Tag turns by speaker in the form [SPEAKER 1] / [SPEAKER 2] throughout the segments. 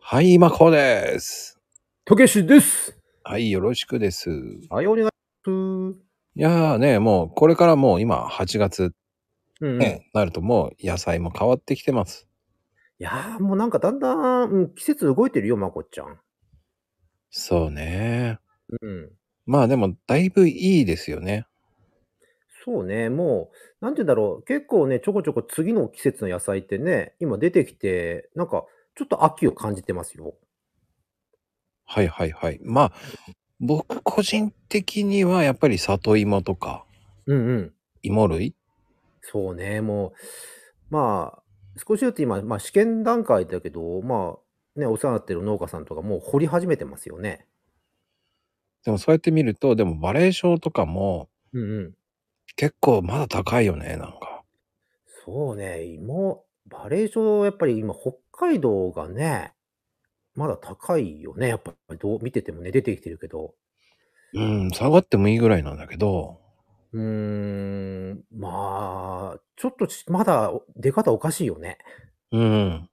[SPEAKER 1] はい、今こうです。
[SPEAKER 2] たけしです。
[SPEAKER 1] はい、よろしくです。
[SPEAKER 2] はい、お願いします。
[SPEAKER 1] いやーね、もうこれからもう今8月
[SPEAKER 2] うん、い
[SPEAKER 1] ね、なるともう野菜も変わってきてます。
[SPEAKER 2] やー、もうなんかだんだん、うん、季節動いてるよ、まこっちゃん。
[SPEAKER 1] そうね。
[SPEAKER 2] うん。
[SPEAKER 1] まあでもだいぶいいですよね。
[SPEAKER 2] そうね、もう、なんて言うんだろう、結構ね、ちょこちょこ次の季節の野菜ってね、今出てきて、なんか、ちょっと秋を感じてますよ。
[SPEAKER 1] はいはいはい。まあ僕個人的にはやっぱり里芋とか
[SPEAKER 2] うんうん。
[SPEAKER 1] 芋類
[SPEAKER 2] そうね、もう、まあ、少しずつ今、まあ、試験段階だけど、まあ、ね、お世話になってる農家さんとかもう掘り始めてますよね。
[SPEAKER 1] でもそうやって見るとでもバレエ症とかも
[SPEAKER 2] うんうん。
[SPEAKER 1] 結構まだ高いよね、なんか。
[SPEAKER 2] そうね、芋、バレー症、やっぱり今、北海道がね、まだ高いよね、やっぱりどう見ててもね、出てきてるけど。
[SPEAKER 1] うん、下がってもいいぐらいなんだけど。
[SPEAKER 2] うーん、まあ、ちょっとしまだお出方おかしいよね。
[SPEAKER 1] うん。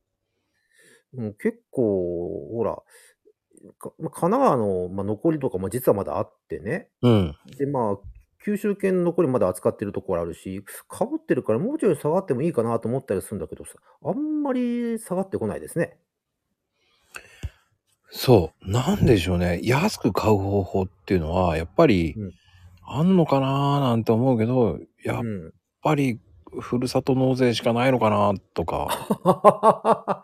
[SPEAKER 2] うん、結構、ほら、かまあ神奈川の、まあ、残りとかも実はまだあってね。
[SPEAKER 1] うん。
[SPEAKER 2] で、まあ、九州圏の残りまだ扱ってるところあるし、かぶってるからもうちょい下がってもいいかなと思ったりするんだけどさ、あんまり下がってこないですね。
[SPEAKER 1] そう。なんでしょうね。安く買う方法っていうのは、やっぱり
[SPEAKER 2] うん、
[SPEAKER 1] あんのかなーなんて思うけど、やっ
[SPEAKER 2] うん。
[SPEAKER 1] ぱり、ふるさと納税しかないのかなと か。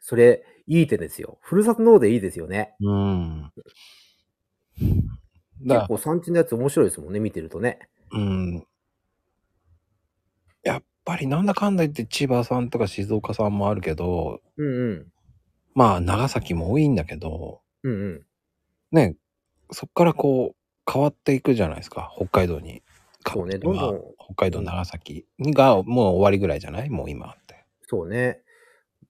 [SPEAKER 2] それ、いい手ですよ。ふるさと納税いいですよね。
[SPEAKER 1] うん。
[SPEAKER 2] 結
[SPEAKER 1] だ
[SPEAKER 2] 構産地のやつ面白いですもんね、見てるとね。
[SPEAKER 1] うん。やっぱり、なんだかんだ言って千葉さんとか静岡さんもあるけど、
[SPEAKER 2] うんうん。
[SPEAKER 1] まあ、長崎も多いんだけど、
[SPEAKER 2] うんうん。
[SPEAKER 1] ね、そっからこう、変わっていくじゃないですか。北海道に。
[SPEAKER 2] そうね、どんどん、
[SPEAKER 1] 北海道長崎がもう終わりぐらいじゃないもう今って。
[SPEAKER 2] そうね。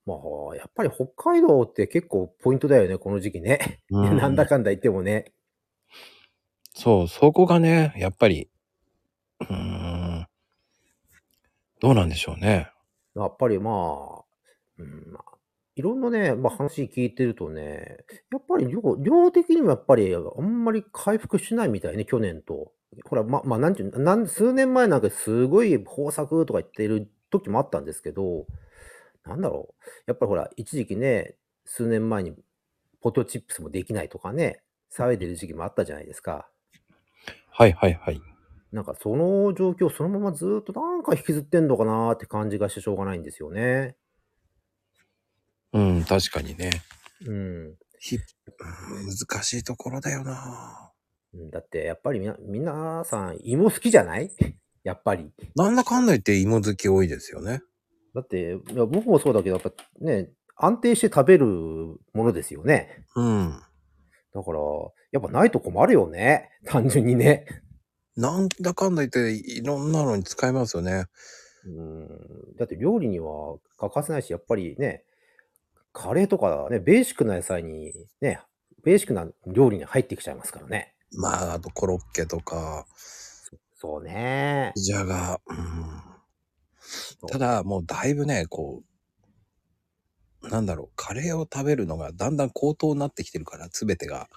[SPEAKER 2] まあ、やっぱり北海道って結構ポイントだよね、この時期ね。 なんだかんだ言ってもね。
[SPEAKER 1] そう、そこがね、やっぱり、うーん、どうなんでしょうね。
[SPEAKER 2] やっぱりまあ、うん、まあいろんなね、まあ話聞いてるとね、やっぱり量、量的にもやっぱりあんまり回復しないみたいね、去年と。ほら、ま、まあ、なんていうの、なん、数年前なんかすごい豊作とか言ってる時もあったんですけど、なんだろう。やっぱりほら、一時期ね、数年前にポテトチップスもできないとかね、騒いでる時期もあったじゃないですか。
[SPEAKER 1] はいはいはい。
[SPEAKER 2] なんかその状況そのままずーっとなんか引きずってんのかなーって感じがしてしょうがないんですよね。
[SPEAKER 1] うん、確かにね。
[SPEAKER 2] うん。
[SPEAKER 1] 難しいところだよな。
[SPEAKER 2] うんだってやっぱりみな、皆さん芋好きじゃない やっぱり。
[SPEAKER 1] なんだかんだ言って芋好き多いですよね。
[SPEAKER 2] だって、いや僕もそうだけど、やっぱね、安定して食べるものですよね。
[SPEAKER 1] うん。
[SPEAKER 2] だから、やっぱないと困るよね。 単純にね。
[SPEAKER 1] なんだかんだ言っていろんなのに使えますよね。
[SPEAKER 2] うん。だって料理には欠かせないし、やっぱりね、カレーとかね、ベーシックな野菜にね、ベーシックな料理に入ってきちゃいますからね。
[SPEAKER 1] まあ、あとコロッケとか、
[SPEAKER 2] そうね。
[SPEAKER 1] じゃが、うん。ただもうだいぶねこうなんだろうカレーを食べるのがだんだん高騰になってきてるから全てが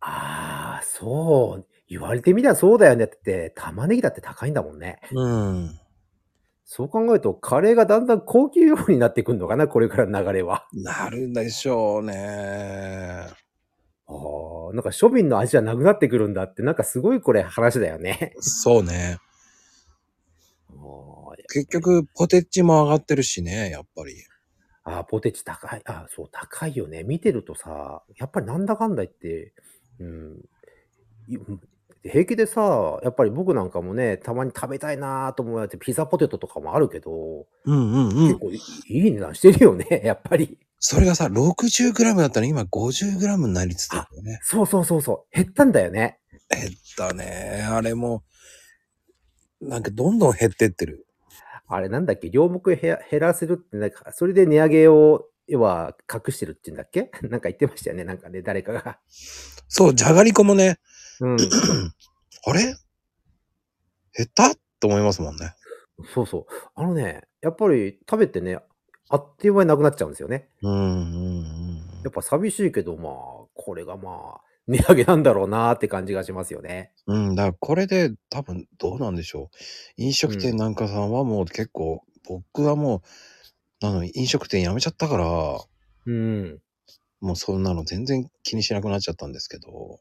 [SPEAKER 2] ああ、そう。言われてみりゃそうだよね。だって、玉ねぎだって高いんだもんね。
[SPEAKER 1] うん
[SPEAKER 2] そう考えると、カレーがだんだん高級料理になってくるのかな、これからの流れは。
[SPEAKER 1] なるんでしょうね
[SPEAKER 2] ああ、なんか庶民の味じゃなくなってくるんだって、なんかすごいこれ話だよね。
[SPEAKER 1] そうね
[SPEAKER 2] あー
[SPEAKER 1] 結局ポテチも上がってるしねやっぱり
[SPEAKER 2] あー、ポテチ高い。ああ、そう、高いよね。見てるとさ、やっぱりなんだかんだ言って、うん、い平気でさ、やっぱり僕なんかもね、たまに食べたいなーと思うやつ、ピザポテトとかもあるけど、
[SPEAKER 1] うんうんう
[SPEAKER 2] 結
[SPEAKER 1] ん
[SPEAKER 2] 構いい値段してるよね、やっぱり。
[SPEAKER 1] それがさ 60g だったら今 50g になりつつあるよね
[SPEAKER 2] そうそうそうそう、減ったんだよね。
[SPEAKER 1] 減ったねあれもなんかどんどん減ってってる
[SPEAKER 2] あれなんだっけ両目減ら減らせるって、なんか、それで値上げを、要は、隠してるって言うんだっけ なんか言ってましたよね。なんかね、誰かが。
[SPEAKER 1] そうじゃがりこもね
[SPEAKER 2] うん。
[SPEAKER 1] あれ減ったと思いますもんね
[SPEAKER 2] そうそう。あのね、やっぱり食べてね、あっという間になくなっちゃうんですよね。
[SPEAKER 1] うんうんうんうん
[SPEAKER 2] やっぱ寂しいけど、まあ、これがまあ、値上げなんだろうなって感じがしますよね。
[SPEAKER 1] うん、だからこれで多分どうなんでしょう。飲食店なんかさんはもう結構、僕はもう、なのに飲食店辞めちゃったから、
[SPEAKER 2] うん。
[SPEAKER 1] もうそんなの全然気にしなくなっちゃったんですけど。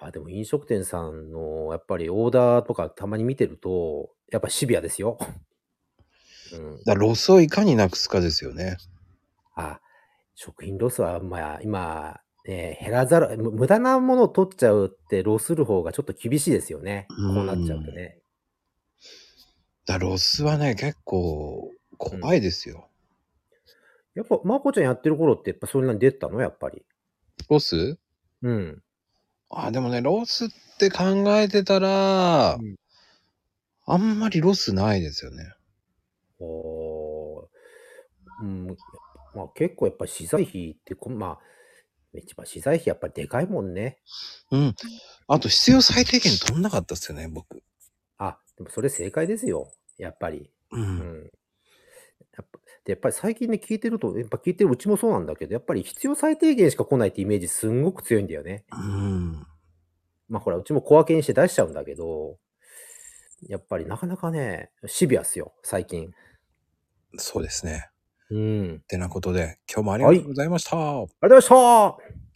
[SPEAKER 2] あ、でも飲食店さんの、やっぱりオーダーとかたまに見てると、やっぱシビアですよ。うん。
[SPEAKER 1] だからロスをいかになくすかですよね。
[SPEAKER 2] あ、食品ロスは、まあ、今、ね、減らざる、む無駄なものを取っちゃうって、ロスする方がちょっと厳しいですよね。こうなっちゃうとね。
[SPEAKER 1] だからロスはね、結構怖いですよ。
[SPEAKER 2] やっぱ、まこちゃんやってる頃って、やっぱそれなりに出てたのやっぱり。
[SPEAKER 1] ロス
[SPEAKER 2] うん。
[SPEAKER 1] あ、でもね、ロスって考えてたら、
[SPEAKER 2] うん
[SPEAKER 1] あんまりロスないですよね。
[SPEAKER 2] おーうん、まあ結構やっぱ資材費ってこ、まあ、一番資材費やっぱりでかいもんね。
[SPEAKER 1] うん。あと必要最低限取んなかったっすよね、僕。
[SPEAKER 2] あ、でもそれ正解ですよ。やっぱり。
[SPEAKER 1] う。
[SPEAKER 2] うんん。やっぱでやっぱり最近ね、聞いてると、やっぱ聞いてるうちもそうなんだけど、やっぱり必要最低限しか来ないってイメージすんごく強いんだよね。
[SPEAKER 1] うん。
[SPEAKER 2] まあほら、うちも小分けにして出しちゃうんだけど、やっぱりなかなかね、シビアっすよ、最近。
[SPEAKER 1] そうですね。
[SPEAKER 2] うん。
[SPEAKER 1] ってなことで、今日もありがとうございました。
[SPEAKER 2] ありがとうございました